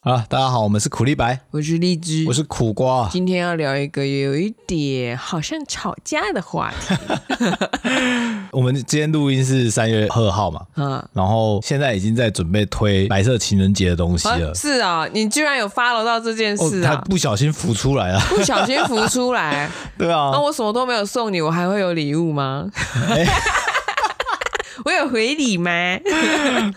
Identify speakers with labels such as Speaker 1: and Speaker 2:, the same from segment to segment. Speaker 1: 好了，大家好，我们是苦力白，
Speaker 2: 我是荔枝，
Speaker 1: 我是苦瓜。
Speaker 2: 嗯今天要聊一个有一点好像吵架的话 题
Speaker 1: 我们今天录音是三月二号嘛，
Speaker 2: 啊。
Speaker 1: 然后现在已经在准备推白色情人节的东西
Speaker 2: 啊
Speaker 1: 了。
Speaker 2: 是啊，你居然有 follow 到这件
Speaker 1: 哦
Speaker 2: 事，
Speaker 1: 他
Speaker 2: 啊！
Speaker 1: 不小心浮出来了，
Speaker 2: 不小心浮出来，
Speaker 1: 对 啊
Speaker 2: 那、，我什么都没有送你，我还会有礼 物吗？我有回礼吗？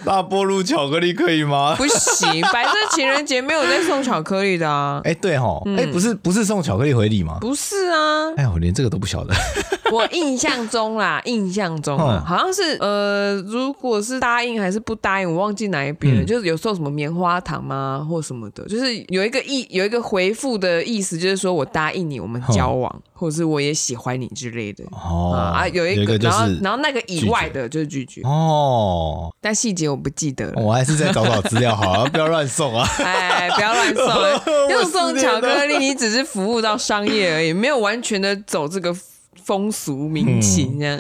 Speaker 1: 大波露巧克力可以吗？
Speaker 2: 不行，白色情人节没有在送巧克力的啊。
Speaker 1: 哎，对吼，哎，不是不是送巧克力回礼吗？
Speaker 2: 不是啊，
Speaker 1: 哎，我连这个都不晓得。
Speaker 2: 我印象中啦，印象中啊
Speaker 1: 嗯，
Speaker 2: 好像是呃，如果是答应还是不答应，我忘记哪一边了。
Speaker 1: 嗯
Speaker 2: 就是有时候什么棉花糖啊，或什么的，就是有一个意有一个回复的意思，就是说我答应你，我们交往，或者是我也喜欢你之类的。
Speaker 1: 哦
Speaker 2: 啊，有一个，
Speaker 1: 就
Speaker 2: 然后
Speaker 1: 是
Speaker 2: 然后那个以外的就是拒绝，
Speaker 1: 哦，
Speaker 2: 但细节我不记得了。
Speaker 1: 我还是再找找资料好了，不要乱送啊。
Speaker 2: 哎，不要乱送
Speaker 1: 我，
Speaker 2: 又送
Speaker 1: 失恋了
Speaker 2: 巧克力，你只是服务到商业而已，没有完全的走这个风俗民
Speaker 1: 嗯
Speaker 2: 情这样。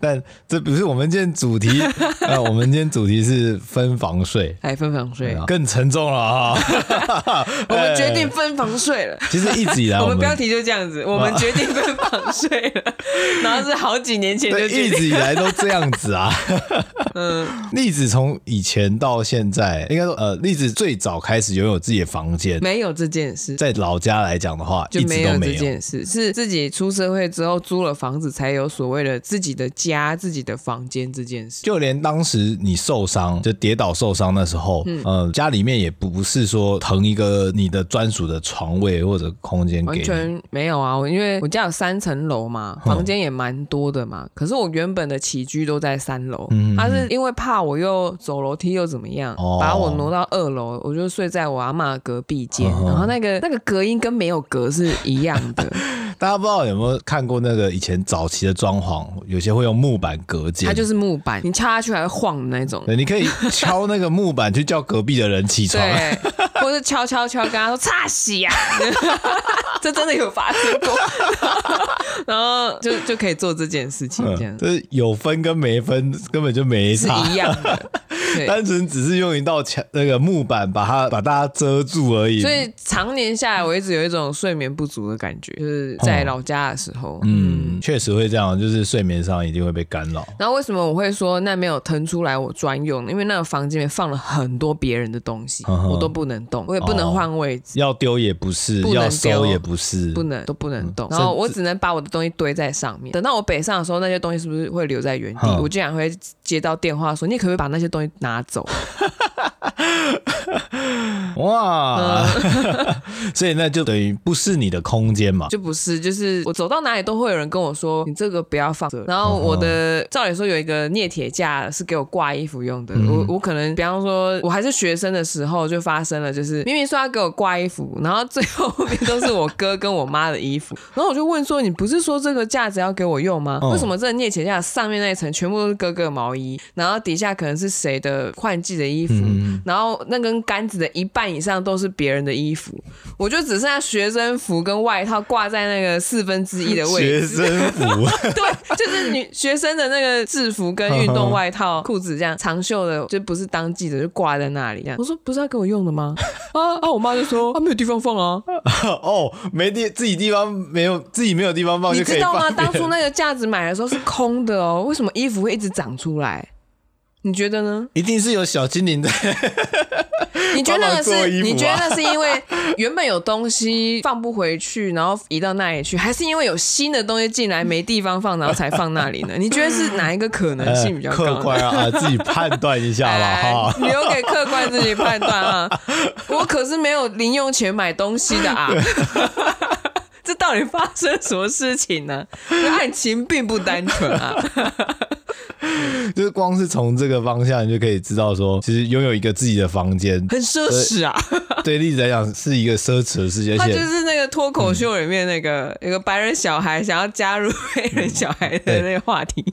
Speaker 1: 但这不是我们今天主 题，呃，我们今天主题是分房税。
Speaker 2: 哎，分房税。
Speaker 1: 更沉重了啊！
Speaker 2: 我们决定分房税了。
Speaker 1: 其实一直以来
Speaker 2: 我
Speaker 1: 哎们啊
Speaker 2: 们标题就这样子，我们决定分房税了，然后是好几年前就
Speaker 1: 对
Speaker 2: 决
Speaker 1: 一
Speaker 2: 定，
Speaker 1: 直以来都这样子 啊。嗯，栗子从以前到现在，应该说呃，栗子最早开始拥有自己的房间，
Speaker 2: 没有这件事，
Speaker 1: 在老家来讲的话，
Speaker 2: 就
Speaker 1: 一直
Speaker 2: 没
Speaker 1: 都
Speaker 2: 有这
Speaker 1: 没有。
Speaker 2: 件事，是自己出社会之后租了房子才有所谓的自己的家、自己的房间这件事。
Speaker 1: 就连当时你受伤，就跌倒受伤那时候，
Speaker 2: 嗯
Speaker 1: 呃，家里面也不是说腾一个你的专属的床位或者空间给
Speaker 2: 完
Speaker 1: 你，哦
Speaker 2: 全没有啊！我因为我家有三层楼嘛，房间也蛮多的嘛。可是我原本的起居都在三楼，他是因为怕我又走楼梯又怎么样，
Speaker 1: 嗯哦
Speaker 2: 把我挪到二楼，我就睡在我阿嬷隔壁间。
Speaker 1: 嗯哼
Speaker 2: 然后那个那个隔音跟没有隔是一样 的，
Speaker 1: 大家不知道有没有看过那个以前早期的装潢，有些会用木板隔间，
Speaker 2: 它就是木板，你敲下去还会晃的那种。
Speaker 1: 对，你可以敲那个木板去叫隔壁的人起床。
Speaker 2: 对， 或是敲敲敲，跟他说“擦洗呀”， 这真的有发生过， 然后就就可以做这件事情，这样
Speaker 1: 嗯，这是有分跟没分根本就没
Speaker 2: 是
Speaker 1: 差，
Speaker 2: 一样的。对。
Speaker 1: 单纯只是用一道墙那个木板把它把大家遮住而已。
Speaker 2: 所以常年下来，我一直有一种睡眠不足的感觉，就是在老家的时候。
Speaker 1: 哦嗯，确实会这样，就是睡眠上一定会被干扰。
Speaker 2: 然后为什么我会说那没有腾出来我专用呢？因为那个房间里面放了很多别人的东西，
Speaker 1: 嗯哼哦
Speaker 2: 我都不能动，我也不能换位置，
Speaker 1: 要丢也不是，
Speaker 2: 不能
Speaker 1: 要收
Speaker 2: 丢
Speaker 1: 也不是，
Speaker 2: 不能都不能动。
Speaker 1: 嗯
Speaker 2: 然后我只能把我的东西堆在上面。等到我北上的时候，那些东西是不是会留在原地？
Speaker 1: 嗯
Speaker 2: 我竟然会接到电话说：“你可不可以把那些东西拿走
Speaker 1: 哇， 所以那就等于不是你的空间嘛？”。
Speaker 2: 嗯就不是，就是我走到哪里都会有人跟我说：“你这个不要
Speaker 1: 嗯
Speaker 2: 放。”然后我的照理说有一个镍铁架是给我挂衣服用的，
Speaker 1: 嗯
Speaker 2: 我我可能比方说我还是学生的时候就发生了，就是明明说要给我挂衣服，然后最后面都是我哥跟我妈的衣服， 然后我就问说：“你不是说这个架子要给我用吗？
Speaker 1: 嗯
Speaker 2: 为什么这个镍铁架上面那一层全部都是哥哥的毛衣，然后底下可能是谁的换季的衣服？”
Speaker 1: 嗯，
Speaker 2: 然后那根杆子的一半以上都是别人的衣服，我就只剩下学生服跟外套挂在那个四分之一的位
Speaker 1: 学
Speaker 2: 置。
Speaker 1: 生服
Speaker 2: 对，就是女学生的那个制服跟运动外套、裤子这样长袖的，就不是当季的，就挂在那里。这样我说不是要给我用的 吗？啊啊！我妈就说啊没有地方放啊，
Speaker 1: 哦，没地自己地方没有自己没有地方放
Speaker 2: 你
Speaker 1: 就可
Speaker 2: 知
Speaker 1: 以
Speaker 2: 道
Speaker 1: 放
Speaker 2: 吗？
Speaker 1: 别人。
Speaker 2: 当初那个架子买的时候是空的哦，为什么衣服会一直长出来？你觉得呢？
Speaker 1: 一定是有小精灵在
Speaker 2: 你觉得那
Speaker 1: 帮
Speaker 2: 个
Speaker 1: 忙做
Speaker 2: 是？
Speaker 1: 衣服啊
Speaker 2: 你觉得那是因 为原本有东西放不回去，然后移到那里去，还是因为有新的东西进来没地方放，然后才放那里 呢？你觉得是哪一个可能性比较高呢？
Speaker 1: 客观啊，啊自己判断一下吧
Speaker 2: 哎
Speaker 1: 哈。
Speaker 2: 留给客观自己判断 啊！我可是没有零用钱买东西的啊！这到底发生什么事情呢？这案情并不单纯啊！
Speaker 1: 就是光是从这个方向，你就可以知道说，其实拥有一个自己的房 间，
Speaker 2: 很奢侈啊！
Speaker 1: 呃对栗子来讲是一个奢侈的事情，而
Speaker 2: 他就
Speaker 1: 且
Speaker 2: 是那个脱
Speaker 1: 嗯
Speaker 2: 口秀里面那个、有个白人小孩想要加入黑人小孩的那个话题。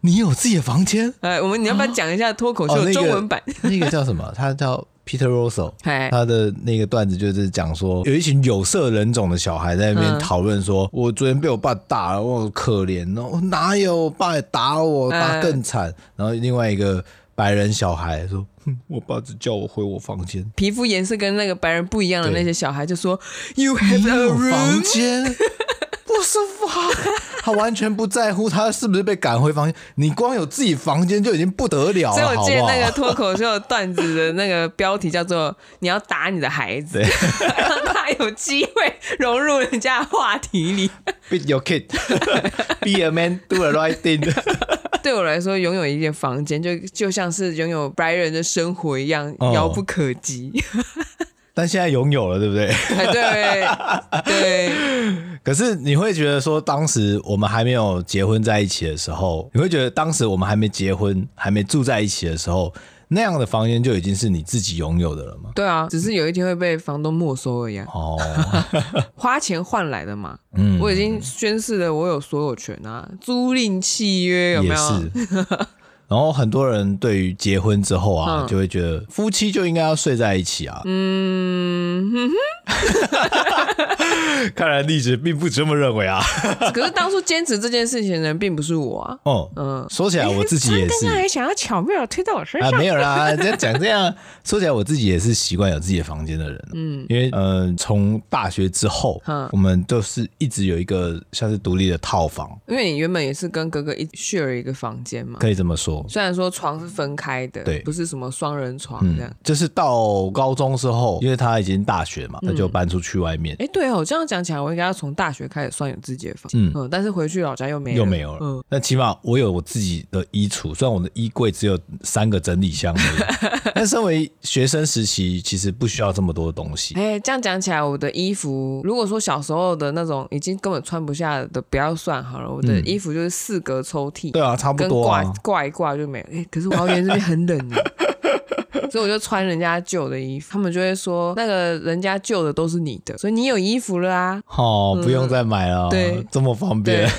Speaker 1: 你有自己的房间，
Speaker 2: 呃，我们你要不要讲一下脱口
Speaker 1: 哦那
Speaker 2: 秀
Speaker 1: 个
Speaker 2: 中文版？
Speaker 1: 那个叫什么？他叫 Peter Russell。
Speaker 2: 哎、
Speaker 1: 他的那个段子就是讲说，有一群有色人种的小孩在那边
Speaker 2: 嗯
Speaker 1: 讨论说，我昨天被我爸打了，我好可怜哦，哪有我爸也打我，打
Speaker 2: 嗯
Speaker 1: 更惨。然后另外一个。白人小孩说，哼，我爸只叫我回我房间，
Speaker 2: 皮肤颜色跟那个白人不一样的那些小孩就说 ，You
Speaker 1: 你
Speaker 2: have a
Speaker 1: 有房
Speaker 2: room，
Speaker 1: 间，我是房，他完全不在乎他是不是被赶回房间，你光有自己房间就已经不得了
Speaker 2: 所以
Speaker 1: 了，
Speaker 2: 我
Speaker 1: 好
Speaker 2: 记得
Speaker 1: 不
Speaker 2: 那个
Speaker 1: 好？
Speaker 2: 脱口秀段子的那个标题叫做“你要打你的孩子”，让 他有机会融入人家的话题 里。
Speaker 1: Beat your kid, be a man, do the right thing
Speaker 2: 对我来说，拥有一间房间就就像是拥有白人的生活一样，
Speaker 1: 哦
Speaker 2: 遥不可及。
Speaker 1: 但现在拥有了，对不对？
Speaker 2: 哎，对对，
Speaker 1: 可是你会觉得说，当时我们还没有结婚在一起的时候，你会觉得当时我们还没结婚、还没住在一起的时候，那样的房间就已经是你自己拥有的了吗？
Speaker 2: 对啊，只是有一天会被房东没收而已、啊，
Speaker 1: 哦，
Speaker 2: 花钱换来的嘛。
Speaker 1: 嗯，
Speaker 2: 我已经宣誓了，我有所有权啊，租赁契约有没
Speaker 1: 也
Speaker 2: 有？
Speaker 1: 是。然后很多人对于结婚之后啊，
Speaker 2: 嗯
Speaker 1: 就会觉得夫妻就应该要睡在一起啊。
Speaker 2: 嗯，哼
Speaker 1: 看来历史并不这么认为啊。
Speaker 2: 哼可是当初坚持这件事情的人并不是我啊。
Speaker 1: 哦，
Speaker 2: 嗯
Speaker 1: 说起来我自己也是
Speaker 2: 他刚刚还想要巧妙地推到我身
Speaker 1: 啊，
Speaker 2: 上，
Speaker 1: 没有啦，这样讲这样说起来，我自己也是习惯有自己的房间的人。嗯，因为呃，从大学之后
Speaker 2: 嗯，
Speaker 1: 我们都是一直有一个像是独立的套房，
Speaker 2: 因为你原本也是跟哥哥一 share 一个房间嘛。
Speaker 1: 可以这么说。
Speaker 2: 虽然说床是分开的，
Speaker 1: 对
Speaker 2: 不是什么双人床这样。
Speaker 1: 嗯，就是到高中之后，因为他已经大学嘛，
Speaker 2: 嗯
Speaker 1: 他就搬出去外面，
Speaker 2: 哎、对哦，这样讲起来，我应该要从大学开始算有自己的房，
Speaker 1: 嗯
Speaker 2: 嗯但是回去老家又没
Speaker 1: 又没有
Speaker 2: 嗯
Speaker 1: 了。那起码我有我自己的衣橱，虽然我的衣柜只有三个整理箱而 已，但身为学生时期，其实不需要这么多东西。
Speaker 2: 哎、这样讲起来，我的衣服，如果说小时候的那种已经根本穿不下的，不要算好了。我的衣服就是四格抽屉，
Speaker 1: 嗯对啊，差不
Speaker 2: 跟
Speaker 1: 多
Speaker 2: 挂
Speaker 1: 啊。
Speaker 2: 挂一挂就没了。哎、可是桃园这边很冷 耶所以我就穿人家旧的衣服，他们就会说那个人家旧的都是你的，所以你有衣服了啊。
Speaker 1: 哦，不用再买了，
Speaker 2: 对
Speaker 1: 这么方
Speaker 2: 对
Speaker 1: 便。，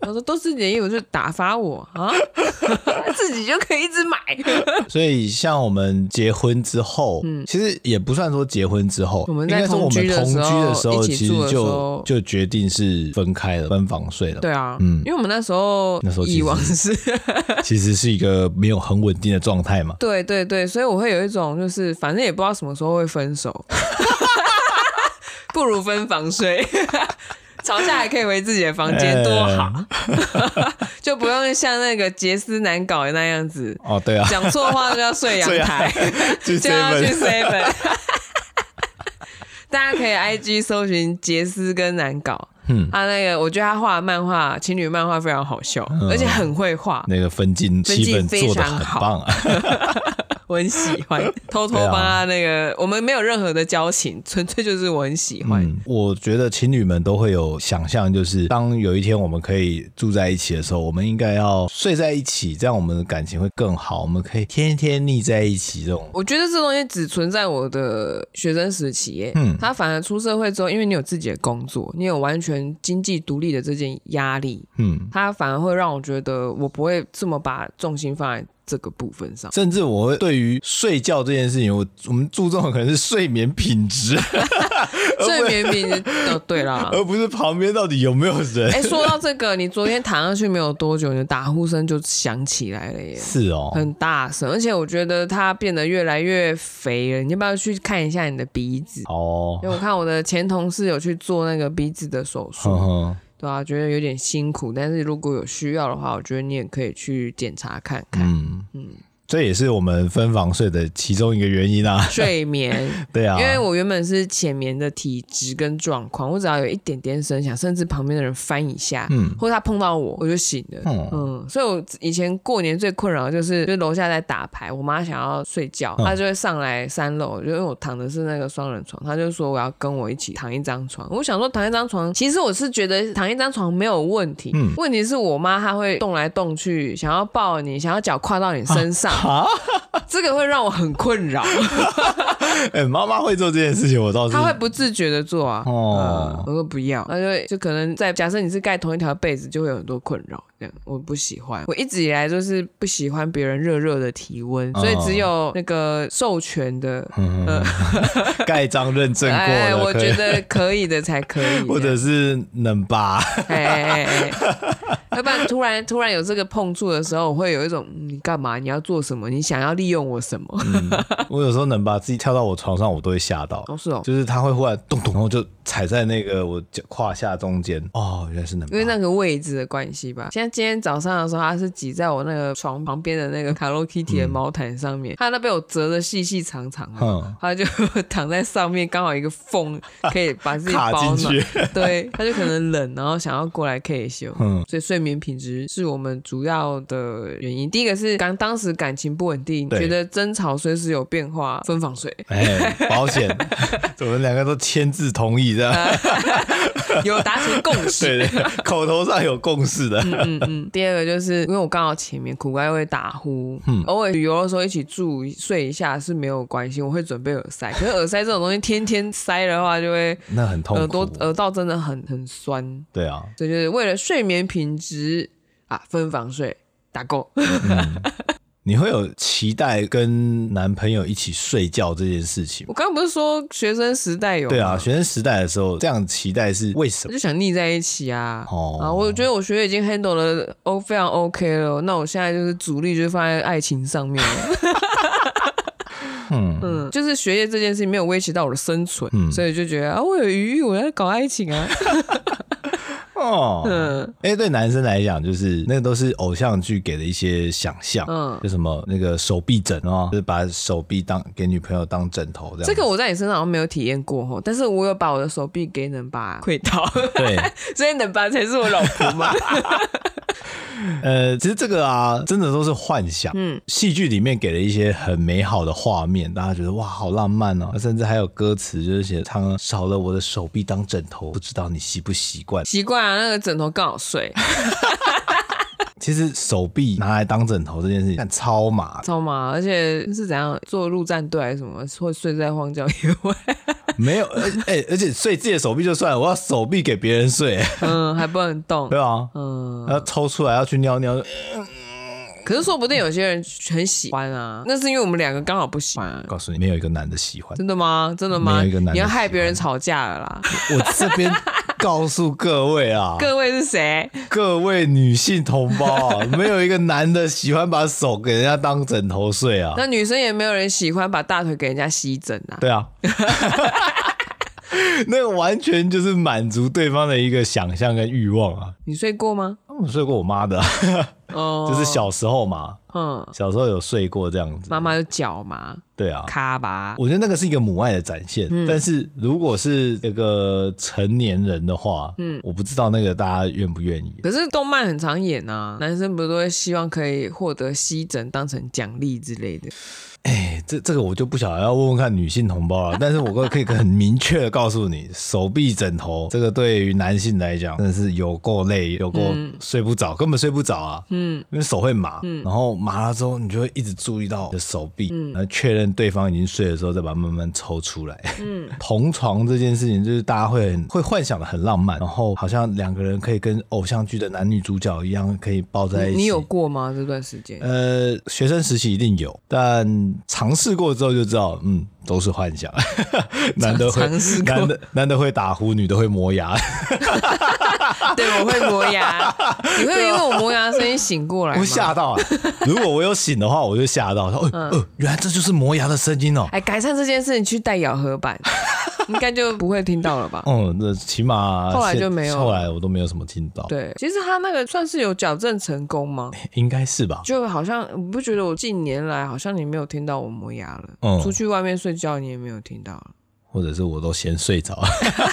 Speaker 2: 我说都是你的衣服，就打发我啊， 自己就可以一直买。
Speaker 1: 所以，像我们结婚之后，其实也不算说结婚之后，
Speaker 2: 嗯我们
Speaker 1: 应
Speaker 2: 在
Speaker 1: 该说我们同居的时候，
Speaker 2: 同居的时候一
Speaker 1: 其
Speaker 2: 起
Speaker 1: 实
Speaker 2: 住的时
Speaker 1: 就
Speaker 2: 候
Speaker 1: 就决定是分开了，分房睡了。
Speaker 2: 对啊，
Speaker 1: 嗯
Speaker 2: 因为我们那时候
Speaker 1: 那时候其实
Speaker 2: 以往是，。
Speaker 1: 其实是一个没有很稳定的状态嘛
Speaker 2: 对对对，所以我会有一种就是反正也不知道什么时候会分手，不如分房睡。 吵架还可以回自己的房间，多好， 就不用像那个杰斯难搞的那样子，
Speaker 1: 哦，对啊，
Speaker 2: 讲错话就要睡阳台，
Speaker 1: 去
Speaker 2: 就要去
Speaker 1: seven
Speaker 2: seven。大家可以 IG 搜寻杰斯跟难搞，
Speaker 1: 嗯
Speaker 2: 他那个我觉得他画的漫画情侣漫画非常好笑，而且很会画，
Speaker 1: 那个分镜
Speaker 2: 分
Speaker 1: 气
Speaker 2: 镜
Speaker 1: 氛
Speaker 2: 非
Speaker 1: 做的
Speaker 2: 常
Speaker 1: 很
Speaker 2: 好
Speaker 1: 棒啊。
Speaker 2: 我很喜欢， 偷偷
Speaker 1: 对啊
Speaker 2: 帮他那个，我们没有任何的交情，纯粹就是我很喜欢。
Speaker 1: 嗯，我觉得情侣们都会有想象，就是当有一天我们可以住在一起的时候，我们应该要睡在一起，这样我们的感情会更好，我们可以天天腻在一起这种。
Speaker 2: 我觉得这东西只存在我的学生时期耶，
Speaker 1: 嗯
Speaker 2: 他反而出社会之后，因为你有自己的工作，你有完全经济独立的这件压力，
Speaker 1: 嗯，
Speaker 2: 它反而会让我觉得我不会这么把重心放在这个部 分上。
Speaker 1: 甚至我会对于睡觉这件事情，我我们注重的可能是睡眠品质，呃
Speaker 2: 睡眠品质， 哦，对啦。
Speaker 1: 而呃不是旁边到底有没有人。
Speaker 2: 哎、说到这个，你昨天躺上去没有多久，你的打呼声就响起来了耶。
Speaker 1: 是哦，
Speaker 2: 很大声，而且我觉得它变得越来越肥了。你要不要去看一下你的鼻子？
Speaker 1: 哦，
Speaker 2: 因为我看我的前同事有去做那个鼻子的手
Speaker 1: 嗯哼
Speaker 2: 术，
Speaker 1: 哼，
Speaker 2: 对啊，觉得有点辛苦，但是如果有需要的话，我觉得你也可以去检查看看。
Speaker 1: 嗯嗯，这也是我们分房睡的其中一个原因啊。
Speaker 2: 睡眠，
Speaker 1: 对 啊，
Speaker 2: 因为我原本是浅眠的体质跟状况，我只要有一点点声响，甚至旁边的人翻一下，
Speaker 1: 嗯
Speaker 2: 或者他碰到我，我就醒了。
Speaker 1: 嗯
Speaker 2: 嗯，所以我以前过年最困扰的就是，就楼下在打牌，我妈想要睡觉，
Speaker 1: 嗯
Speaker 2: 她就会上来三楼，就因为我躺的是那个双人床，她就说我要跟我一起躺一张床。我想说躺一张床，其实我是觉得躺一张床没有问题，
Speaker 1: 嗯
Speaker 2: 问题是我妈她会动来动去，想要抱你，想要脚跨到你身上，
Speaker 1: 啊，
Speaker 2: 这个会让我很困扰，
Speaker 1: 哎、妈妈会做这件事情，我倒哦是
Speaker 2: 她会不自觉的做啊。
Speaker 1: 哦
Speaker 2: 嗯我说不要，那就会就可能在假设你是盖同一条被子，就会有很多困扰。这样我不喜欢。我一直以来就是不喜欢别人热热的体温，
Speaker 1: 嗯
Speaker 2: 所以只有那个授权的，
Speaker 1: 盖章认证过
Speaker 2: 哎，
Speaker 1: 了，
Speaker 2: 我
Speaker 1: 可以
Speaker 2: 觉得可以的才可 以，
Speaker 1: 或者是能吧？
Speaker 2: 哎哎哎哎，要不然突然突然有这个碰触的时候，我会有一种嗯你干嘛？你要做什么？你想要利用我什么？
Speaker 1: 嗯我有时候能吧，自己跳到我床上，我都会吓到。
Speaker 2: 哦，是哦，
Speaker 1: 就是他会忽然咚咚，然后就踩在那个我脚胯下中间。哦，原来是能吧
Speaker 2: 因为那个位置的关系吧。像今天早上的时候，它是挤在我那个床旁边的那个 Hello Kitty 的毛毯上面，它那被我折的细细长长的
Speaker 1: 嗯，
Speaker 2: 它就躺在上面，刚好一个缝可以把自己
Speaker 1: 卡
Speaker 2: 包
Speaker 1: 进
Speaker 2: 暖。
Speaker 1: 去。
Speaker 2: 对，它就可能冷，然后想要过来 K 修。
Speaker 1: 嗯
Speaker 2: 所以睡眠品质是我们主要的原因。第一个是刚当时感情不稳定，
Speaker 1: 对
Speaker 2: 觉得争吵随时有变化，分房睡
Speaker 1: 哎，保险，我们两个都签字同意这
Speaker 2: 啊
Speaker 1: 样，
Speaker 2: 有达成共 识。
Speaker 1: 对对，口头上有共识的。
Speaker 2: 嗯嗯，第二个就是因为我刚好前面苦瓜会打呼，
Speaker 1: 嗯
Speaker 2: 偶尔旅游的时候一起住睡一下是没有关系，我会准备耳塞。可是耳塞这种东西天天塞的话，就会
Speaker 1: 那很痛
Speaker 2: 耳
Speaker 1: 苦哦
Speaker 2: 朵。呃耳道真的很很酸，
Speaker 1: 对啊，
Speaker 2: 所以就是为了睡眠品质啊，分房睡打够。
Speaker 1: 你会有期待跟男朋友一起睡觉这件事情吗
Speaker 2: 我？刚刚不是说学生时代有
Speaker 1: 对啊，
Speaker 2: 吗
Speaker 1: 学生时代的时候这样期待是为什
Speaker 2: 我
Speaker 1: 么？
Speaker 2: 就想腻在一起啊。
Speaker 1: 哦
Speaker 2: 啊，我觉得我学业已经 handle 了 O 非常 OK 了，哦那我现在就是主力就放在爱情上面了。
Speaker 1: 嗯
Speaker 2: 嗯，就是学业这件事情没有威胁到我的生存，
Speaker 1: 嗯
Speaker 2: 所以就觉得啊，我有余裕，我要搞爱情啊。
Speaker 1: 哦，
Speaker 2: 嗯
Speaker 1: 哎、对男生来讲，就是那都是偶像剧给的一些想象，
Speaker 2: 嗯
Speaker 1: 就什么那个手臂枕哦，就是把手臂当给女朋友当枕头这样。
Speaker 2: 这个我在你身上好像没有体验过哦，但是我有把我的手臂给能 拔窥到，
Speaker 1: 对，
Speaker 2: 所以能拔才是我老婆嘛。
Speaker 1: 呃，其实这个啊，真的都是幻想。嗯，戏剧里面给了一些很美好的画面，大家觉得哇，好浪漫哦，甚至还有歌词就是写唱少了我的手臂当枕头，不知道你习不习惯。
Speaker 2: 习惯啊，那个枕头刚好睡，
Speaker 1: 其实手臂拿来当枕头这件事情，但超麻
Speaker 2: 知道吗？而且是怎样做陆战队还是什么，会睡在荒郊野 外，
Speaker 1: 没有，而 哎、而且睡自己的手臂就算了，我要手臂给别人睡，
Speaker 2: 嗯，还不能动
Speaker 1: 对，啊，
Speaker 2: 嗯。
Speaker 1: 要抽出来要去尿尿，
Speaker 2: 可是说不定有些人很喜欢啊，那是因为我们两个刚好不喜欢、啊。
Speaker 1: 告诉你，没有一个男的喜欢。
Speaker 2: 真的吗？真的吗？
Speaker 1: 没有一个男的
Speaker 2: 你要害别人吵架了啦！
Speaker 1: 我这边告诉各位啊，
Speaker 2: 各位是谁？
Speaker 1: 各位女性同胞 啊，没有一个男的喜欢把手给人家当枕头睡啊。
Speaker 2: 那女生也没有人喜欢把大腿给人家吸枕啊。
Speaker 1: 对啊， 那个完全就是满足对方的一个想象跟欲望啊。
Speaker 2: 你睡过吗？
Speaker 1: 我睡过我妈的啊、
Speaker 2: 哦，
Speaker 1: 就是小时候嘛，
Speaker 2: 嗯，
Speaker 1: 小时候有睡过这样子。
Speaker 2: 妈妈有脚嘛，
Speaker 1: 对啊，
Speaker 2: 卡吧，
Speaker 1: 我觉得那个是一个母爱的展现，
Speaker 2: 嗯
Speaker 1: 但是如果是那个成年人的话，嗯，我不知道那个大家愿不愿意。
Speaker 2: 可是动漫很常演啊，男生不是都会希望可以获得吸枕当成奖励之类的？
Speaker 1: 哎，这这个我就不晓得要问问看女性同胞了，啊但是我可以很明确的告诉你， 手臂枕头这个对于男性来讲真的是有够累，有够
Speaker 2: 嗯
Speaker 1: 睡不着，根本睡不着啊，嗯，因为手会麻，然后麻了之后你就会一直注意到你的手臂，
Speaker 2: 嗯
Speaker 1: 然后确认对方已经睡的时候再把它慢慢抽出来，嗯， 同床这件事情就是大家会很会幻想的很浪漫，然后好像两个人可以跟偶像剧的男女主角一样可以抱在一起，
Speaker 2: 你有过吗？这段时 间？
Speaker 1: 呃，学生时期一定有，但尝试过之后就知道，嗯，都是幻想。 男的会
Speaker 2: 尝试，过
Speaker 1: 男的男的会打呼，女的会磨 牙。
Speaker 2: 对，我会磨牙，你会因为我磨牙的声音醒过来吗
Speaker 1: 我？吓到啊！ 如果我有醒的话，我就吓到，说，
Speaker 2: 嗯
Speaker 1: 哦，呃，原来这就是磨牙的声音哦。
Speaker 2: 哎，改善这件事，你去带咬 合板，应该就不会听到了吧？
Speaker 1: 嗯，那起码
Speaker 2: 后来
Speaker 1: 现
Speaker 2: 就没有了
Speaker 1: 后来我都没有什么听到，，
Speaker 2: 对，其实他那个算是有矫正成功吗？
Speaker 1: 应该是吧？
Speaker 2: 就好像你不觉得我近年来好像你没有听到我磨牙了，
Speaker 1: 嗯
Speaker 2: 出去外面睡觉你也没有听到了，
Speaker 1: 或者是我都先睡着。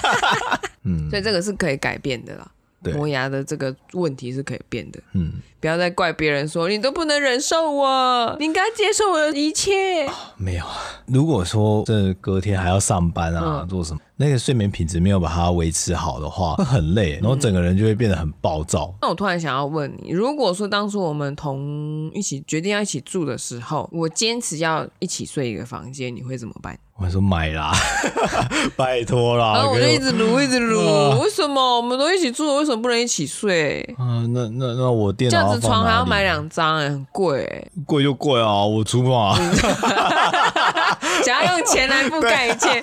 Speaker 1: 嗯
Speaker 2: 所以这个是可以改变的啦。
Speaker 1: 对
Speaker 2: 磨牙的这个问题是可以变的，
Speaker 1: 嗯，
Speaker 2: 不要再怪别人说你都不能忍受我，你应该接
Speaker 1: 哦
Speaker 2: 受我的一切。嗯
Speaker 1: 没有。如果说这隔天还要上班啊，做什么？那个睡眠品质没有把它维持好的话，会很
Speaker 2: 嗯
Speaker 1: 累，然后整个人就会变得很暴躁。
Speaker 2: 那我突然想要问你，如果说当初我们同一起决定要一起住的时候，我坚持要一起睡一个房间，你会怎么办？
Speaker 1: 我说买啦， 拜托
Speaker 2: 然
Speaker 1: 啦，
Speaker 2: 后我
Speaker 1: 给
Speaker 2: 就
Speaker 1: 我
Speaker 2: 一直 撸，一直
Speaker 1: 啊
Speaker 2: 撸，为什么我们都一起住，为什么不能一起睡？
Speaker 1: 啊，那那那我电
Speaker 2: 这
Speaker 1: 脑
Speaker 2: 样子
Speaker 1: 放
Speaker 2: 床还
Speaker 1: 哪
Speaker 2: 要
Speaker 1: 里
Speaker 2: 买，两张、哎，很贵、哎
Speaker 1: 贵就贵啊，我出嘛，
Speaker 2: 嗯想要用钱来覆盖一 切，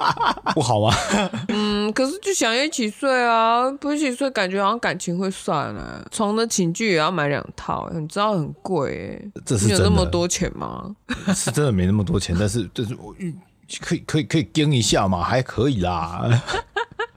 Speaker 1: 不好啊吗？
Speaker 2: 嗯，可是就想一起睡啊，不一起睡感觉好像感情会散了、床的寝具也要买两套、哎你知道很贵、哎
Speaker 1: 这是
Speaker 2: 你有
Speaker 1: 真
Speaker 2: 那么
Speaker 1: 的
Speaker 2: 多钱吗？
Speaker 1: 是真的没那么多钱，但是但是我可以可以可以跟一下嘛，还可以啦。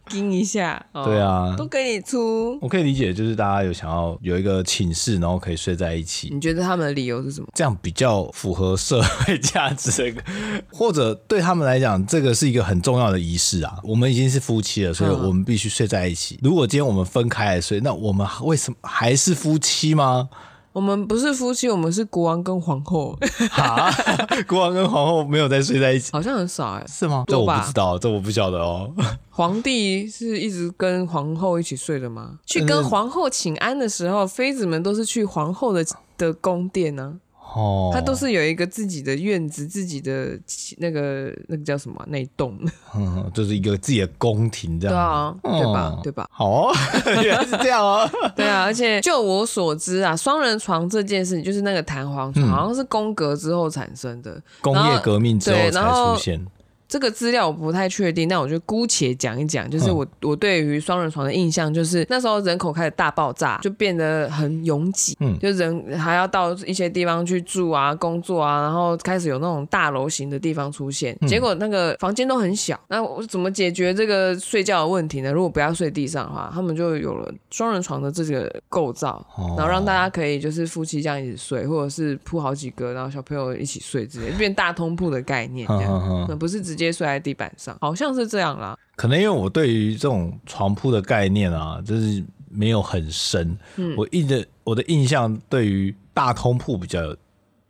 Speaker 2: 盯一下，哦
Speaker 1: 对啊
Speaker 2: 都给你出。
Speaker 1: 我可以理解，就是大家有想要有一个寝室，然后可以睡在一起，
Speaker 2: 你觉得他们的理由是什么？
Speaker 1: 这样比较符合社会价值 的，或者对他们来讲，这个是一个很重要的仪式啊。我们已经是夫妻了，所以
Speaker 2: 嗯
Speaker 1: 我们必须睡在一起。如果今天我们分开来睡，那我们为什么还是夫妻吗？
Speaker 2: 我们不是夫妻，我们是国王跟皇后，哎
Speaker 1: 哈， 国王跟皇后没有在睡在一起。
Speaker 2: 好像很少哎、
Speaker 1: 是吗？这
Speaker 2: 多
Speaker 1: 我
Speaker 2: 吧
Speaker 1: 不知道，这我不晓得哦。
Speaker 2: 皇帝是一直跟皇后一起睡的吗？去跟皇后请安的时候，妃子们都是去皇后的的宫殿呢、
Speaker 1: 哦，
Speaker 2: 她都是有一个自己的院子，自己的其那个那个叫什么啊那一栋，
Speaker 1: 嗯，就是一个自己的宫廷这
Speaker 2: 对
Speaker 1: 样。
Speaker 2: 啊，对吧
Speaker 1: 哦？
Speaker 2: 对吧？
Speaker 1: 好哦， 原来是这样哦。
Speaker 2: 对啊，而且就我所知啊，双人床这件事情就是那个弹簧床，好像是宫格之后产生的，
Speaker 1: 工业革命之后
Speaker 2: 对然
Speaker 1: 才出
Speaker 2: 后
Speaker 1: 现，
Speaker 2: 这个资料我不太确定，但我就姑且讲一讲。
Speaker 1: 嗯
Speaker 2: 就是我、我对于双人床的印象，就是那时候人口开始大爆炸，就变得很拥挤，
Speaker 1: 嗯
Speaker 2: 就人还要到一些地方去住啊、工作啊，然后开始有那种大楼型的地方出现。
Speaker 1: 嗯
Speaker 2: 结果那个房间都很小，那我怎么解决这个睡觉的问题呢？如果不要睡地上的话，他们就有了双人床的这个构造，
Speaker 1: 哦
Speaker 2: 然后让大家可以就是夫妻这样一起睡，或者是铺好几个，然后小朋友一起睡之类，变大通铺的概念这
Speaker 1: 嗯
Speaker 2: 样。
Speaker 1: 嗯嗯，
Speaker 2: 呃那不是直接睡在地板上，好像是这样啦。
Speaker 1: 可能因为我对于这种床铺的概念啊，就是没有很深。
Speaker 2: 嗯
Speaker 1: 我印的我的印象对于大通铺比较有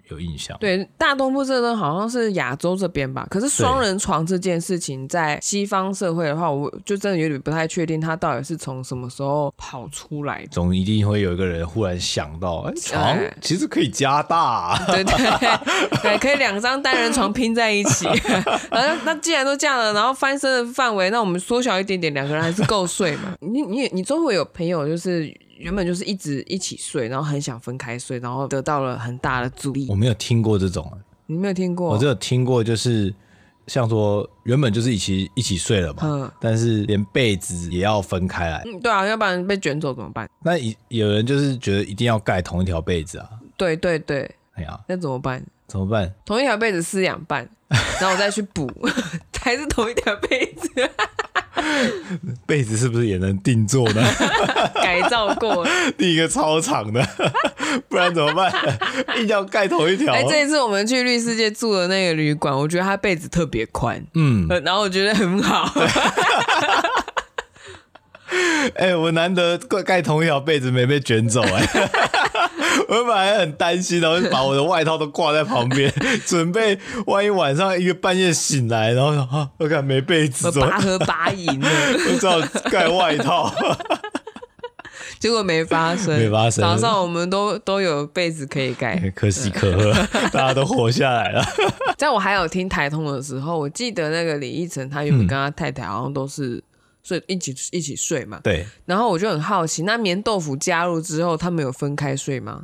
Speaker 1: 有印象。
Speaker 2: 对，大东部这个好像是亚洲这边吧，可是双人床这件事情在西方社会的话，我就真的有点不太确定它到底是从什么时候跑出来的。
Speaker 1: 总一定会有一个人忽然想到，哎，床
Speaker 2: 哎
Speaker 1: 其实可以加大啊、
Speaker 2: 对对对，可以两张单人床拼在一 起。然后那既然都这样了，然后翻身的范围，那我们缩小一点点，两个人还是够睡嘛？你你你周围有朋友就是原本就是一直一起睡，然后很想分开睡，然后得到了很大的阻力
Speaker 1: 我。没有听过这种，啊
Speaker 2: 你没有听过？
Speaker 1: 我只有听过就是像说原本就是一起一起睡了嘛，
Speaker 2: 嗯
Speaker 1: 但是连被子也要分开来。
Speaker 2: 嗯，对啊，要不然被卷走怎么办？
Speaker 1: 那一有人就是觉得一定要盖同一条被子啊，
Speaker 2: 对对对，
Speaker 1: 哎呀，
Speaker 2: 那怎么办？
Speaker 1: 怎么办？
Speaker 2: 同一条被子撕两 半，然后我再去补， 还是同一条被子
Speaker 1: 被子是不是也能定做 呢？
Speaker 2: 改造过。
Speaker 1: 定一个超长的， 不然怎么 办？硬要盖同一条
Speaker 2: 哎、这一次我们去绿世界住的那个旅馆，我觉得它被子特别宽，
Speaker 1: 嗯，啊
Speaker 2: 呃然后我觉得很 好。
Speaker 1: 哎、我难得盖盖同一条被子没被卷走 哎、我本来很担心，然后就把我的外套都挂在旁 边，准备万一晚上一个半夜醒来，然后想啊，我看没被子，
Speaker 2: 我
Speaker 1: 怎么
Speaker 2: 拔河拔赢了，
Speaker 1: 我只好盖外 套？
Speaker 2: 结果没发生，
Speaker 1: 没发生
Speaker 2: 早上我们都都有被子可以 盖，
Speaker 1: 哎可喜可 贺，大家都活下来了。
Speaker 2: 在我还有听台通的时候，我记得那个李义成，他
Speaker 1: 嗯
Speaker 2: 原本跟他太太好像都是睡一起一起睡嘛，
Speaker 1: 对
Speaker 2: 然后我就很好奇，那棉豆腐加入之后，他们有分开睡吗？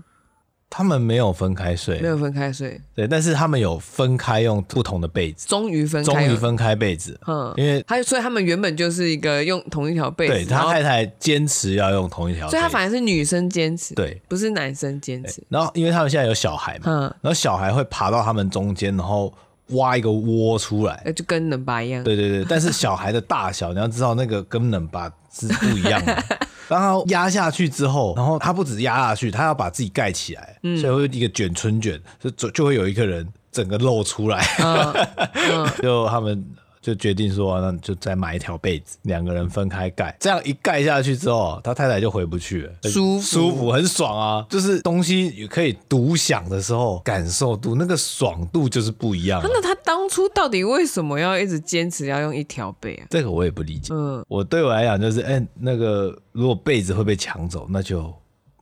Speaker 1: 他们没有分开睡
Speaker 2: 没，有分开睡，
Speaker 1: 对，但是他们有分开用不同的被子，
Speaker 2: 终于分开，
Speaker 1: 终于，分开被子，
Speaker 2: 嗯，
Speaker 1: 因为
Speaker 2: 还有，所以他们原本就是一个用同一条被子，
Speaker 1: 对
Speaker 2: 然
Speaker 1: 他
Speaker 2: 后
Speaker 1: 太太坚持要用同一条被子，
Speaker 2: 所以他反而是女生坚持，，
Speaker 1: 对，
Speaker 2: 不是男生坚持，
Speaker 1: 然后因为他们现在有小孩嘛，
Speaker 2: 嗯，
Speaker 1: 然后小孩会爬到他们中间，然后挖一个窝出来。
Speaker 2: 呃就跟冷爸一样，
Speaker 1: 对对对，但是小孩的大小，你要知道那个跟冷巴是不一样 的。当他压下去之后，然后他不止压下去，他要把自己盖起来，
Speaker 2: 嗯
Speaker 1: 所以会一个卷 春卷，就就就会有一个人整个露出来。
Speaker 2: 嗯，
Speaker 1: 就他们就决定说、啊那就再买一条被子，两个人分开盖。这样一盖下去之后，他太太就回不去了，
Speaker 2: 舒服
Speaker 1: 舒服，很爽啊！就是东西也可以独享的时候，感受度那个爽度就是不一样啊、
Speaker 2: 那他当初到底为什么要一直坚持要用一条被啊？
Speaker 1: 这个我也不理解。
Speaker 2: 嗯，
Speaker 1: 我对我来讲就是，哎、那个如果被子会被抢走，那就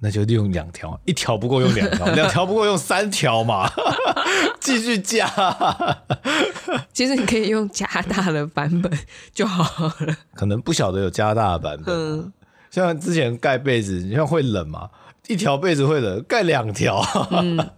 Speaker 1: 那就利用两条，一条不够用两条，两条不够用三条嘛， 继续加。
Speaker 2: 其实你可以用加大的版本 就好了。
Speaker 1: 可能不晓得有加大的版本，
Speaker 2: 嗯，
Speaker 1: 像之前盖被子，你像会冷嘛，一条被子会冷，盖两条，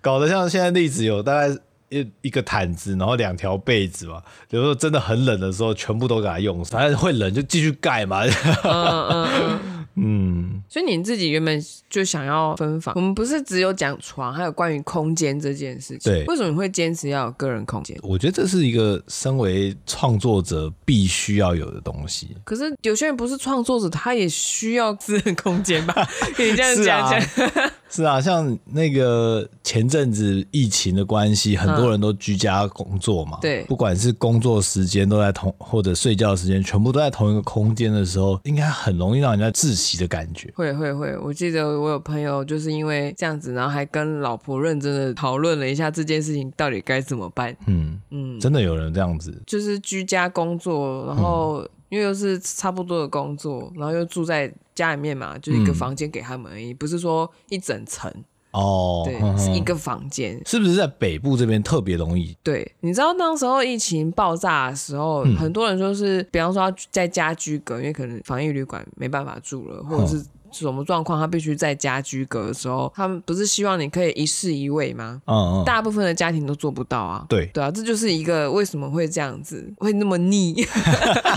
Speaker 1: 搞得像现在例子有大概。一一个毯子，然后两条被子嘛。有时候真的很冷的时候，全部都给它用上，反正会冷就继续盖嘛。
Speaker 2: 嗯
Speaker 1: 嗯
Speaker 2: 所以你自己原本就想要分房，我们不是只有讲床，还有关于空间这件事情。
Speaker 1: 对
Speaker 2: 为什么你会坚持要有个人空间？
Speaker 1: 我觉得这是一个身为创作者必须要有的东西。
Speaker 2: 可是有些人不是创作者，他也需要私人空间 吧？你这样
Speaker 1: 是
Speaker 2: 讲
Speaker 1: 啊
Speaker 2: 讲，
Speaker 1: 是啊，像那个前阵子疫情的关系，很多人都居家工作嘛，
Speaker 2: 嗯对
Speaker 1: 不管是工作时间都在同或者睡觉时间，全部都在同一个空间的时候，应该很容易让人家窒息的感觉。
Speaker 2: 会会会，我记得我有朋友就是因为这样子，然后还跟老婆认真的讨论了一下这件事情到底该怎么办。
Speaker 1: 嗯，
Speaker 2: 嗯，
Speaker 1: 真的有人这样子，
Speaker 2: 就是居家工作，
Speaker 1: 嗯
Speaker 2: 然后因为又是差不多的工作，然后又住在家里面嘛，就一个
Speaker 1: 嗯
Speaker 2: 房间给他们而已，不是说一整层，
Speaker 1: 哦，
Speaker 2: 对，
Speaker 1: 哼哼
Speaker 2: 是一个房间。
Speaker 1: 是不是在北部这边特别容易？
Speaker 2: 对，你知道那时候疫情爆炸的时候，
Speaker 1: 嗯
Speaker 2: 很多人说是，比方说要在家居隔，因为可能防疫旅馆没办法住了，或者
Speaker 1: 嗯
Speaker 2: 是什么状况，他必须在家居隔的时候，他们不是希望你可以一室一卫吗？
Speaker 1: 嗯嗯，
Speaker 2: 大部分的家庭都做不到啊。
Speaker 1: 对，
Speaker 2: 对啊，这就是一个为什么会这样子，会那么腻。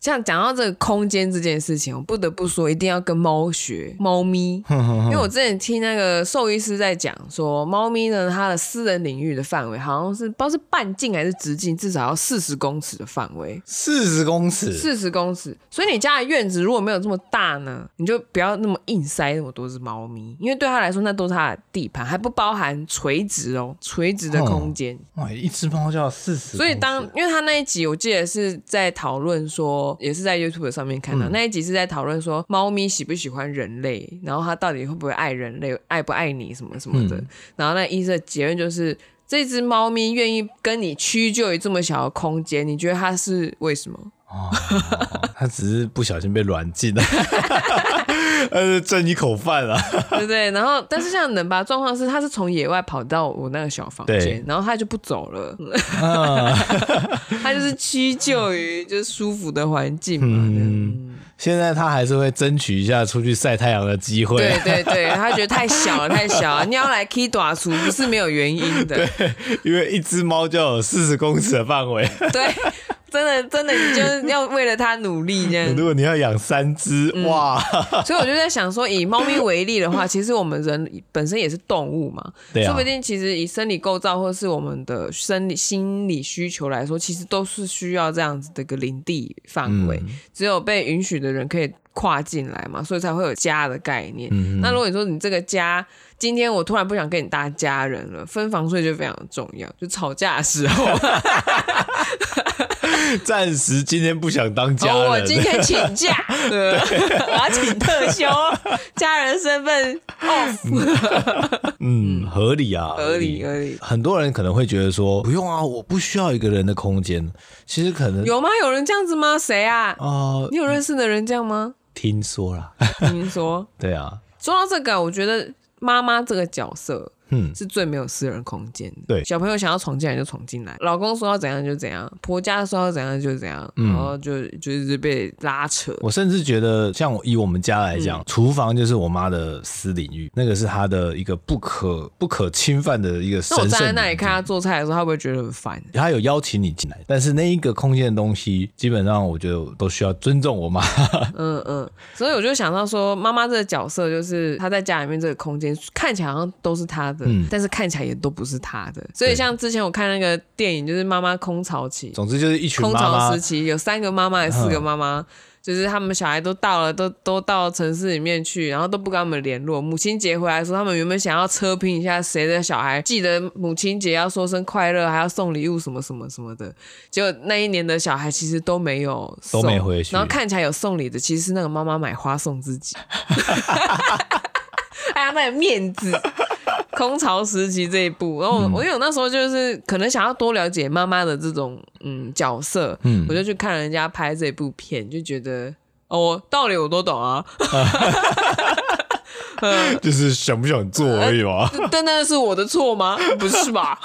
Speaker 2: 像讲到这个空间这件事情，我不得不说，一定要跟猫学猫咪，因为我之前听那个兽医师在讲说，猫咪呢它的私人领域的范围好像是不知道是半径还是直径，至少要四十公尺的范围。
Speaker 1: 四十公尺，
Speaker 2: 四十公尺，所以你家的院子如果没有这么大呢，你就不要那么硬塞那么多只猫咪，因为对它来说那都是它的地盘，还不包含垂直哦，垂直的空间。
Speaker 1: 哇，一只猫就要四十，
Speaker 2: 所以当因为他那一集，我记得是在讨论说，也是在 YouTube 上面看到、那一集是在讨论说，猫咪喜不喜欢人类，然后它到底会不会爱人类，爱不爱你什么什么的。然后那医生的结论就是，这只猫咪愿意跟你屈就于这么小的空间，你觉得它是为什么？
Speaker 1: 它只是不小心被软禁了， 呃，挣一口饭啊。
Speaker 2: 对不对？然后但是像冷吧状况是，它是从野外跑到我那个小房间
Speaker 1: 对，
Speaker 2: 然后它就不走了，
Speaker 1: 啊
Speaker 2: 它就是屈就于就是舒服的环境嘛。嗯
Speaker 1: 现在他还是会争取一下出去晒太阳的机会。
Speaker 2: 对对对，他觉得太小了，太小了，你要来 key 短厨不是没有原因的，
Speaker 1: 因为一只猫就有四十公尺的范围，
Speaker 2: 对，真的真的，你就是要为了它努力这样
Speaker 1: 如。果你要养三只，
Speaker 2: 嗯
Speaker 1: 哇，
Speaker 2: 所以我就在想说，以猫咪为例的话，其实我们人本身也是动物嘛，
Speaker 1: 对啊
Speaker 2: 说不定其实以生理构造或是我们的生理心理需求来说，其实都是需要这样子的一个领地范围，
Speaker 1: 嗯
Speaker 2: 只有被允许的人可以。跨进来嘛，所以才会有家的概念。
Speaker 1: 嗯
Speaker 2: 那如果你说你这个家，今天我突然不想跟你搭家人了，分房睡就非常重要。就吵架的时 候，哦
Speaker 1: 暂时今天不想当家
Speaker 2: 哦，我今
Speaker 1: 人。
Speaker 2: 天请 假，对我要请特休，家人身份 off。
Speaker 1: 嗯，合理啊，
Speaker 2: 合理合理。
Speaker 1: 很多人可能会觉得说，不用啊，我不需要一个人的空间。其实可能
Speaker 2: 有吗？有人这样子吗？谁啊？
Speaker 1: 哦，
Speaker 2: 你有认识的人这样吗？
Speaker 1: 听说啦，
Speaker 2: 听说。
Speaker 1: 对啊，
Speaker 2: 说到这个，我觉得妈妈这个角色
Speaker 1: 嗯，
Speaker 2: 是最没有私人空间的。
Speaker 1: 对
Speaker 2: 小朋友想要闯进来就闯进来，老公说要怎样就怎样，婆家说要怎样就怎样，
Speaker 1: 嗯
Speaker 2: 然后就就是被拉扯。
Speaker 1: 我甚至觉得，像我以我们家来
Speaker 2: 嗯
Speaker 1: 讲，厨房就是我妈的私领域，那个是她的一个不可不可侵犯的一个神
Speaker 2: 那我
Speaker 1: 圣
Speaker 2: 站在
Speaker 1: 领
Speaker 2: 那里
Speaker 1: 域
Speaker 2: 看啊他做菜的时候，他会不会觉得很烦？
Speaker 1: 他有邀请你进来，但是那一个空间的东西，基本上我觉得我都需要尊重我妈。
Speaker 2: 嗯嗯，所以我就想到说，妈妈这个角色就是她在家里面这个空间看起来好像都是她的，
Speaker 1: 嗯
Speaker 2: 但是看起来也都不是她的。所以像之前我看那个
Speaker 1: 嗯
Speaker 2: 电影，就是《妈妈空巢期》，
Speaker 1: 总之就是一群
Speaker 2: 空
Speaker 1: 妈
Speaker 2: 巢
Speaker 1: 妈
Speaker 2: 时，期有三个妈妈还是四个妈妈，就是他们小孩都到了，都都到城市里面去，然后都不跟他们联络。母亲节回来的时候，他们原本想要车拼一下谁的小孩记得母亲节要说声快乐，还要送礼物什么什么什么的。结果那一年的小孩其实都没有送
Speaker 1: 都没回去
Speaker 2: 然后看起来有送礼的，其实是那个妈妈买花送自己。 哎呀，卖面子。空巢时期这一步，然后
Speaker 1: 嗯
Speaker 2: 我、我因为我那时候就是可能想要多了解妈妈的这种嗯角色，
Speaker 1: 嗯
Speaker 2: 我就去看人家拍这部片，就觉得哦道理我都懂啊，
Speaker 1: 就是想不想做
Speaker 2: 呃
Speaker 1: 而已 嘛。
Speaker 2: 但那是我的错吗？不是吧？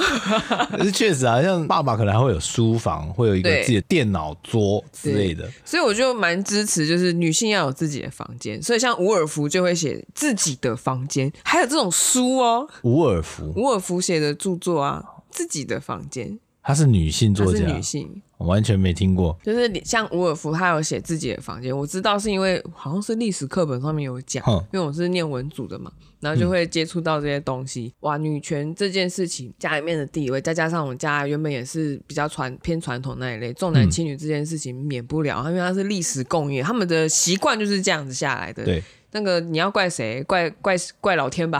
Speaker 1: 可是确实啊，像爸爸可能还会有书房，会有一个
Speaker 2: 对
Speaker 1: 自己的电脑桌之类的。
Speaker 2: 所以我就蛮支持，就是女性要有自己的房间，所以像伍尔夫就会写自己的房间，还有这种书哦，
Speaker 1: 伍尔夫，
Speaker 2: 伍尔夫写的著作啊，自己的房间，
Speaker 1: 她是女性
Speaker 2: 她
Speaker 1: 作
Speaker 2: 是
Speaker 1: 家，
Speaker 2: 女性，
Speaker 1: 我完全没听过。
Speaker 2: 就是你像伍尔夫，他有写自己的房间，我知道是因为好像是历史课本上面有讲
Speaker 1: 哼，
Speaker 2: 因为我是念文组的嘛，然后就会接触到这些东西。哇，女权这件事情，家里面的地位，再加上我们家原本也是比较传偏传统那一类，重男轻女这件事情免不了，因为它是历史共业，他们的习惯就是这样子下来的。
Speaker 1: 对，
Speaker 2: 那个你要怪谁？怪怪怪老天吧。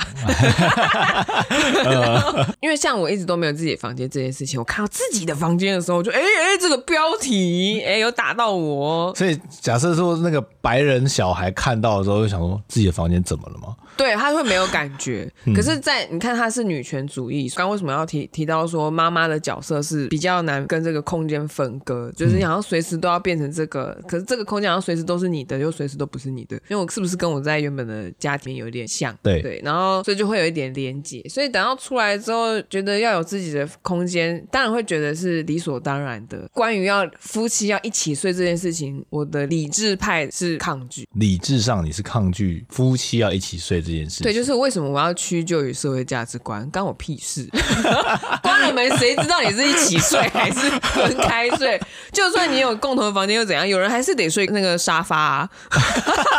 Speaker 2: 因为像我一直都没有自己的房间这件事情，我看到自己的房间的时候，我就哎哎、这个标题哎、有打到我。
Speaker 1: 所以假设说那个白人小孩看到的时候，就想说自己的房间怎么了吗？
Speaker 2: 对，他会没有感觉。可是在，你看，他是女权主义。刚刚为什么要提提到说妈妈的角色是比较难跟这个空间分割，就是好像随时都要变成这个，可是这个空间好像随时都是你的，又随时都不是你的。因为我是不是跟我在原本的家庭有点像？
Speaker 1: 对
Speaker 2: 对，然后所以就会有一点连结。所以等到出来之后，觉得要有自己的空间，当然会觉得是理所当然的。关于要夫妻要一起睡这件事情，我的理智派是抗拒。
Speaker 1: 理智上你是抗拒夫妻要一起睡这件事情，
Speaker 2: 对，就是为什么我要屈就于社会价值观，干我屁事！ 关了门，谁知道你是一起睡还是分开睡？ 就算你有共同的房间又怎样？有人还是得睡那个沙发啊，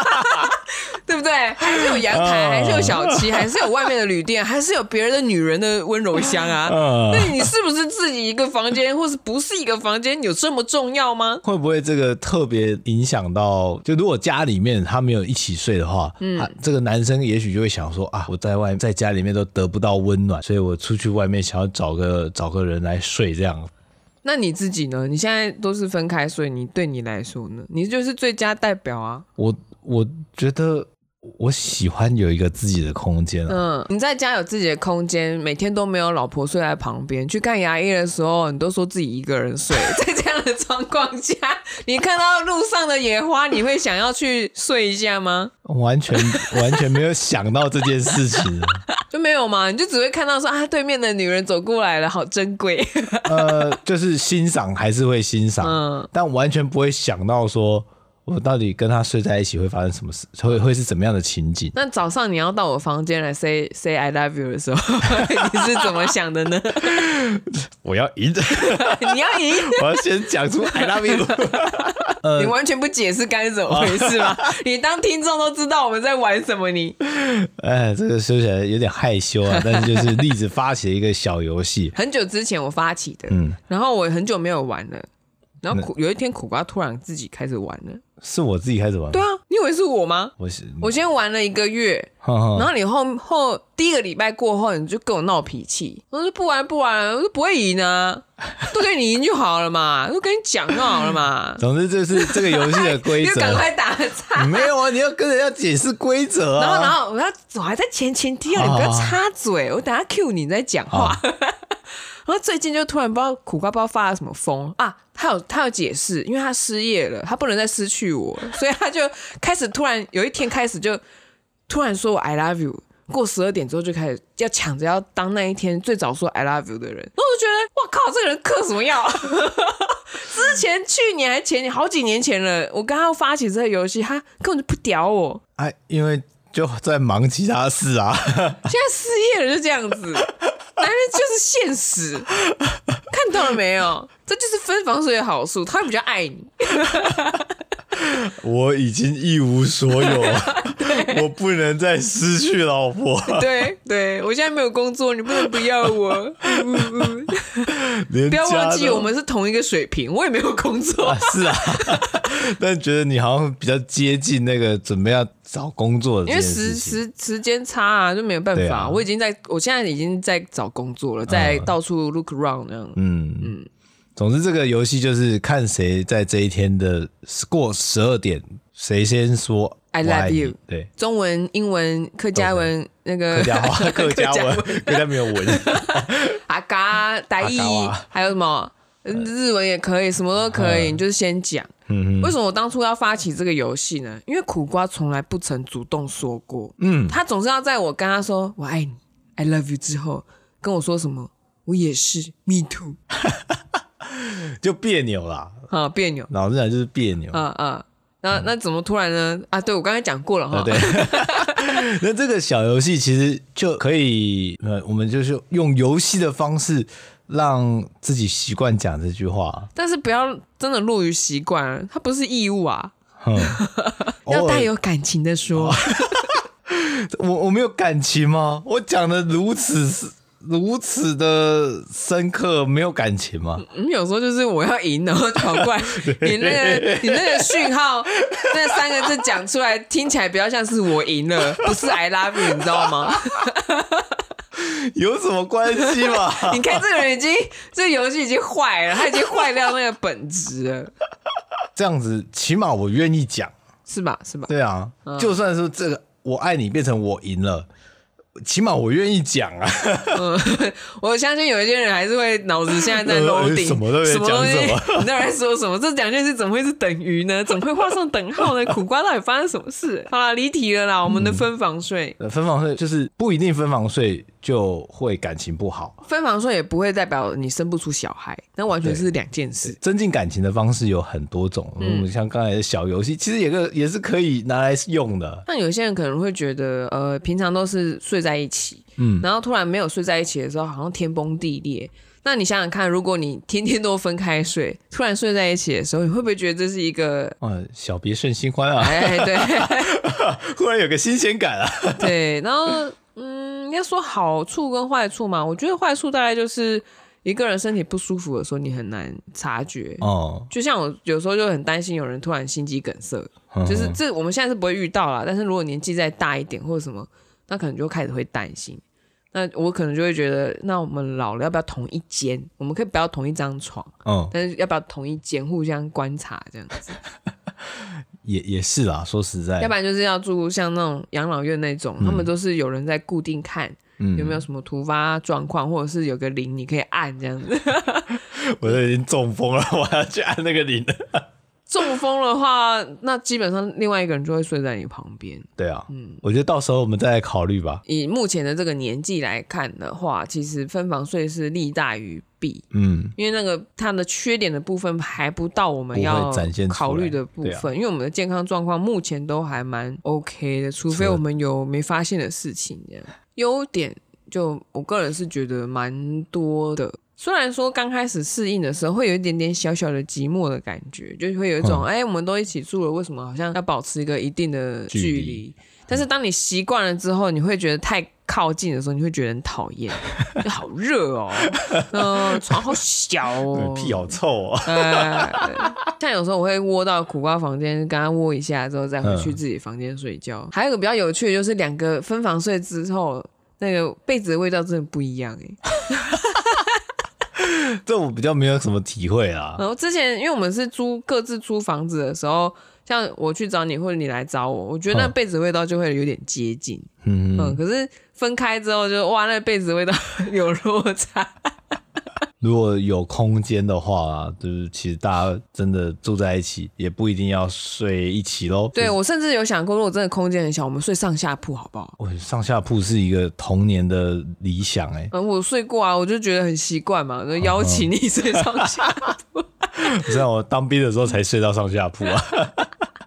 Speaker 2: 对不对？还是有阳台，
Speaker 1: 嗯
Speaker 2: 还是有小七，还是有外面的旅店，还是有别人的女人的温柔乡啊？
Speaker 1: 呃
Speaker 2: 那你是不是自己一个房间，或是不是一个房间，有这么重要吗？
Speaker 1: 会不会这个特别影响到？就如果家里面他没有一起睡的话，嗯，这个男生也许就会想说啊，我在外在家里面都得不到温暖，所以我出去外面想要找个找个人来睡，这样
Speaker 2: 那你自己呢？你现在都是分开睡，你对你来说呢？你就是最佳代表啊。
Speaker 1: 我我觉得我喜欢有一个自己的空间啊。
Speaker 2: 嗯，你在家有自己的空间，每天都没有老婆睡在旁边。去看牙医的时候，你都说自己一个人 睡。在这样的状况下，你看到路上的野花，你会想要去睡一下吗？
Speaker 1: 完全 完全没有想到这件事情。
Speaker 2: 就没有嘛，你就只会看到说啊，对面的女人走过来了，好珍贵。
Speaker 1: 呃，就是欣赏还是会欣赏，
Speaker 2: 嗯
Speaker 1: 但完全不会想到说我到底跟他睡在一起会发生什么事，会会是怎么样的情景。
Speaker 2: 那早上你要到我房间来 say say I love you 的时候， 你是怎么想的 呢？
Speaker 1: 我要赢，
Speaker 2: 你要赢。
Speaker 1: 我要先讲出 I love you。
Speaker 2: 你完全不解释该是怎么回事 吗？你当听众都知道我们在玩什么你，，
Speaker 1: 哎，这个说起来有点害羞啊，但是就是栗子发起了一个小游戏
Speaker 2: 很久之前我发起的，
Speaker 1: 嗯
Speaker 2: 然后我很久没有玩了，然后苦有一天苦瓜突然自己开始玩了。
Speaker 1: 是我自己开始玩
Speaker 2: 对
Speaker 1: 吗，
Speaker 2: 啊，你以为是我吗？
Speaker 1: 我是
Speaker 2: 我先玩了一个月，
Speaker 1: 哼哼
Speaker 2: 然后你后后第一个礼拜过后，你就跟我闹脾气，我说不玩不玩，我说不会赢啊，都给你赢就好了嘛，都跟你讲就好了嘛
Speaker 1: ，总之就是这个游戏的规
Speaker 2: 你
Speaker 1: 则
Speaker 2: 就。赶快打岔。
Speaker 1: 没有啊，你要跟人家解释规则啊。
Speaker 2: 然后，然后我要我还在前前提啊，你不要插嘴，我等下 Q 你再讲话。 然后最近就突然不知道苦瓜不知道发了什么疯啊，他有他有解释，因为他失业了，他不能再失去我，所以他就开始突然有一天开始就突然说我 I love you。过十二点之后就开始要抢着要当那一天最早说 I love you 的人，然后我就觉得哇靠，这个人嗑什么药？ 之前去年还前年好几年前了，我跟他发起这个游戏，他根本就不屌我，
Speaker 1: 哎，因为就在忙其他事啊。
Speaker 2: 现在失业了就这样子，男人就是现实，看到了没有？这就是分房睡的好处，他会比较爱你。
Speaker 1: 我已经一无所有，我不能再失去老婆，
Speaker 2: 对对，我现在没有工作，你不能不要我。嗯嗯嗯，
Speaker 1: 连
Speaker 2: 不要忘
Speaker 1: 家
Speaker 2: 记
Speaker 1: 都
Speaker 2: 我们是同一个水平，我也没有工作
Speaker 1: 啊。是啊， 但觉得你好像比较接近那个准备要找工作的 这
Speaker 2: 因为
Speaker 1: 件事
Speaker 2: 时
Speaker 1: 情。
Speaker 2: 时时间差啊，就没有办
Speaker 1: 对
Speaker 2: 法。
Speaker 1: 啊
Speaker 2: 我已经在，我现在已经在找工作了，在到处 look around 那样。
Speaker 1: 嗯嗯，总之这个游戏就是看谁在这一天的过十二点，谁先说
Speaker 2: I
Speaker 1: “我爱
Speaker 2: love
Speaker 1: 你
Speaker 2: you
Speaker 1: 对，
Speaker 2: 中文、英文、客家文，那
Speaker 1: 客
Speaker 2: 个
Speaker 1: 家 话、客家文、 客家没有文，
Speaker 2: 阿嘎、傣
Speaker 1: 阿嘎
Speaker 2: 语
Speaker 1: 哇，
Speaker 2: 还有什么日文也可以，什么都可以，你就是先讲。
Speaker 1: 嗯
Speaker 2: 为什么我当初要发起这个游戏呢？因为苦瓜从来不曾主动说过，
Speaker 1: 嗯，
Speaker 2: 他总是要在我跟他说“我爱你 ”，I love you 之后，跟我说什么“我也是 ”，me too，
Speaker 1: 就别扭啦，
Speaker 2: 啊别扭，
Speaker 1: 老实讲就是别扭。
Speaker 2: 啊啊，那那怎么突然呢？啊，对我刚才讲过了哈
Speaker 1: 啊，，嗯对， 那这个小游戏其实就可以，呃，我们就是用游戏的方式让自己习惯讲这句话，
Speaker 2: 但是不要真的落于习惯啊，它不是义务啊，
Speaker 1: 哼
Speaker 2: 要
Speaker 1: 偶尔哦
Speaker 2: 带有感情的说，
Speaker 1: 我我没有感情吗？我讲的如此如此的深刻，没有感情 吗？
Speaker 2: 嗯，有时候就是我要赢，然后跑 过来，你那个你那个讯号，那三个字讲出来，听起来比较像是我赢了，不是 I love you，你知道吗？
Speaker 1: 有什么关系嘛？
Speaker 2: 你看这个人已经，这个游戏已经坏了，他已经坏掉那个本质了，
Speaker 1: 这样子，起码我愿意讲。
Speaker 2: 是吧？是吧？
Speaker 1: 对啊，就算是这个“我爱你”变成我赢了，起码我愿意讲 啊。
Speaker 2: 我相信有一些人还是会脑子现在在
Speaker 1: 呃
Speaker 2: loading，
Speaker 1: 什么都在
Speaker 2: 什么东西
Speaker 1: 讲什么，
Speaker 2: 你到底在说什么？这两件事怎么会是等于呢？怎么会画上等号呢？苦瓜到底发生什么事？好啦，离题了啦，我们
Speaker 1: 嗯
Speaker 2: 的分房税。
Speaker 1: 呃分房睡就是不一定分房睡就会感情不好，
Speaker 2: 分房税也不会代表你生不出小孩，那完全是两件事。
Speaker 1: 增进感情的方式有很多种。我
Speaker 2: 嗯
Speaker 1: 们像刚才的小游戏，其实也个也是可以拿来用的。
Speaker 2: 那有些人可能会觉得，呃，平常都是睡在一起，
Speaker 1: 嗯
Speaker 2: 然后突然没有睡在一起的时候，好像天崩地裂。那你想想看，如果你天天都分开睡，突然睡在一起的时候，你会不会觉得这是一个？
Speaker 1: 嗯，小别胜新欢啊，
Speaker 2: 哎，对，
Speaker 1: 忽然有个新鲜感啊。
Speaker 2: 对，然后嗯，要说好处跟坏处嘛，我觉得坏处大概就是一个人身体不舒服的时候，你很难察觉。
Speaker 1: 哦，
Speaker 2: 就像我有时候就很担心有人突然心肌梗塞，
Speaker 1: 嗯
Speaker 2: 就是这我们现在是不会遇到啦，但是如果年纪再大一点或者什么，那可能就开始会担心。那我可能就会觉得，那我们老了要不要同一间？我们可以不要同一张床，
Speaker 1: 嗯，
Speaker 2: 但是要不要同一间互相观察这样子？
Speaker 1: 也也是啦，说实在，
Speaker 2: 要不然就是要住像那种养老院那种，他们都是有人在固定看，
Speaker 1: 嗯
Speaker 2: 有没有什么突发状况，或者是有个铃你可以按这样子。
Speaker 1: 我都已经中风了， 我还要去按那个铃了。
Speaker 2: 嗯中风的话，那基本上另外一个人就会睡在你旁边。
Speaker 1: 对啊，我觉得到时候我们再来考虑吧。
Speaker 2: 以目前的这个年纪来看的话，其实分房睡是利大于弊，
Speaker 1: 嗯，
Speaker 2: 因为那个它的缺点的部分还不到我们
Speaker 1: 不会
Speaker 2: 要
Speaker 1: 展现出来
Speaker 2: 考虑的部分，
Speaker 1: 对啊
Speaker 2: 因为我们的健康状况目前都还蛮 OK 的，除非
Speaker 1: 是
Speaker 2: 我们有没发现的事情这样。优点就我个人是觉得蛮多的。虽然说刚开始适应的时候会有一点点小小的寂寞的感觉，就是会有一
Speaker 1: 嗯
Speaker 2: 种哎、我们都一起住了，为什么好像要保持一个一定的
Speaker 1: 距
Speaker 2: 距
Speaker 1: 离
Speaker 2: 离？但是当你习惯了之后，你会觉得太靠近的时候，你会觉得很讨厌，就好热哦，嗯、床好小哦，
Speaker 1: 哎屁好臭啊！
Speaker 2: 呃，像有时候我会窝到苦瓜房间，跟他窝一下之后，再回
Speaker 1: 嗯
Speaker 2: 去自己房间睡觉。还有一个比较有趣的就是，两个分房睡之后，那个被子的味道真的不一样哎、
Speaker 1: 这我比较没有什么体会啊啦。
Speaker 2: 然后之前因为我们是租各自租房子的时候，像我去找你或者你来找我，我觉得那
Speaker 1: 嗯
Speaker 2: 被子味道就会有点接近，
Speaker 1: 嗯，
Speaker 2: 嗯，可是分开之后就哇，那被子味道 有落差。
Speaker 1: 如果有空间的话，就是其实大家真的住在一起，也不一定要睡一起喽。
Speaker 2: 对
Speaker 1: 就是，
Speaker 2: 我甚至有想过，如果真的空间很小，我们睡上下铺好不好？
Speaker 1: 我上下铺是一个童年的理想 哎、
Speaker 2: 嗯，我睡过啊，我就觉得很习惯嘛，就邀请你睡上下铺。
Speaker 1: 虽然我当兵的时候才睡到上下铺啊。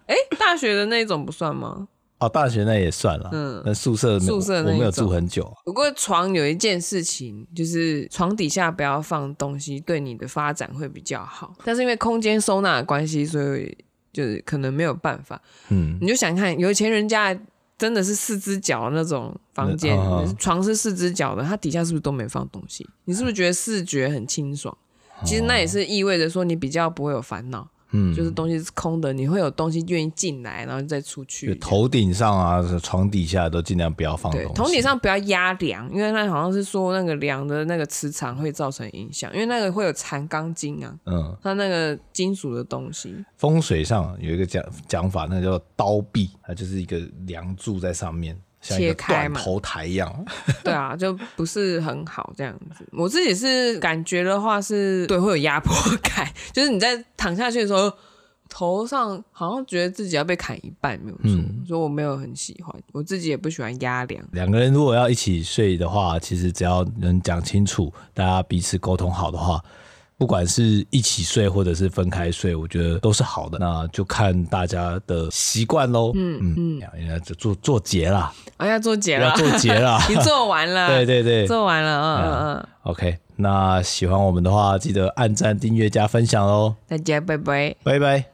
Speaker 2: 哎、大学的那种不算吗？
Speaker 1: 哦，大学那也算了，
Speaker 2: 嗯
Speaker 1: 嗯，那宿舍没有
Speaker 2: 宿舍那一种
Speaker 1: 我没有住很久啊，
Speaker 2: 不过床有一件事情，就是床底下不要放东西，对你的发展会比较好。但是因为空间收纳的关系，所以就是可能没有办法。
Speaker 1: 嗯，
Speaker 2: 你就想看有钱人家真的是四只脚的那种房间，
Speaker 1: 嗯嗯
Speaker 2: 床是四只脚的，它底下是不是都没放东西？你是不是觉得视觉很清爽？其实那也是意味着说你比较不会有烦恼，
Speaker 1: 嗯，
Speaker 2: 就是东西是空的，你会有东西愿意进来，然后再出去。
Speaker 1: 头顶上啊、床底下都尽量不要放
Speaker 2: 对
Speaker 1: 东，西。
Speaker 2: 头顶上不要压梁，因为那好像是说那个梁的那个磁场会造成影响，因为那个会有缠钢筋啊，
Speaker 1: 嗯，
Speaker 2: 它那个金属的东西。
Speaker 1: 风水上有一个讲讲法，那个叫刀壁，它就是一个梁柱在上面，像一个
Speaker 2: 切开
Speaker 1: 断
Speaker 2: 嘛
Speaker 1: 头台一样。
Speaker 2: 对啊，就不是很好这样子。我自己是感觉的话是，对，会有压迫感， 就是你在躺下去的时候，头上好像觉得自己要被砍一半，没有错，
Speaker 1: 嗯
Speaker 2: 所以我没有很喜欢，我自己也不喜欢压梁。
Speaker 1: 两个人如果要一起睡的话，其实只要能讲清楚，大家彼此沟通好的话，不管是一起睡或者是分开睡，我觉得都是好的。那就看大家的习惯喽。嗯嗯，人家就做做结啦，
Speaker 2: 哎、呀，做结了
Speaker 1: 要，做结啦。
Speaker 2: 你做完了，
Speaker 1: 对对啊对
Speaker 2: 做完了，嗯嗯嗯，
Speaker 1: ，OK。那喜欢我们的话，记得按赞、订阅、加分享喽，
Speaker 2: 大家拜拜。
Speaker 1: 哦拜拜。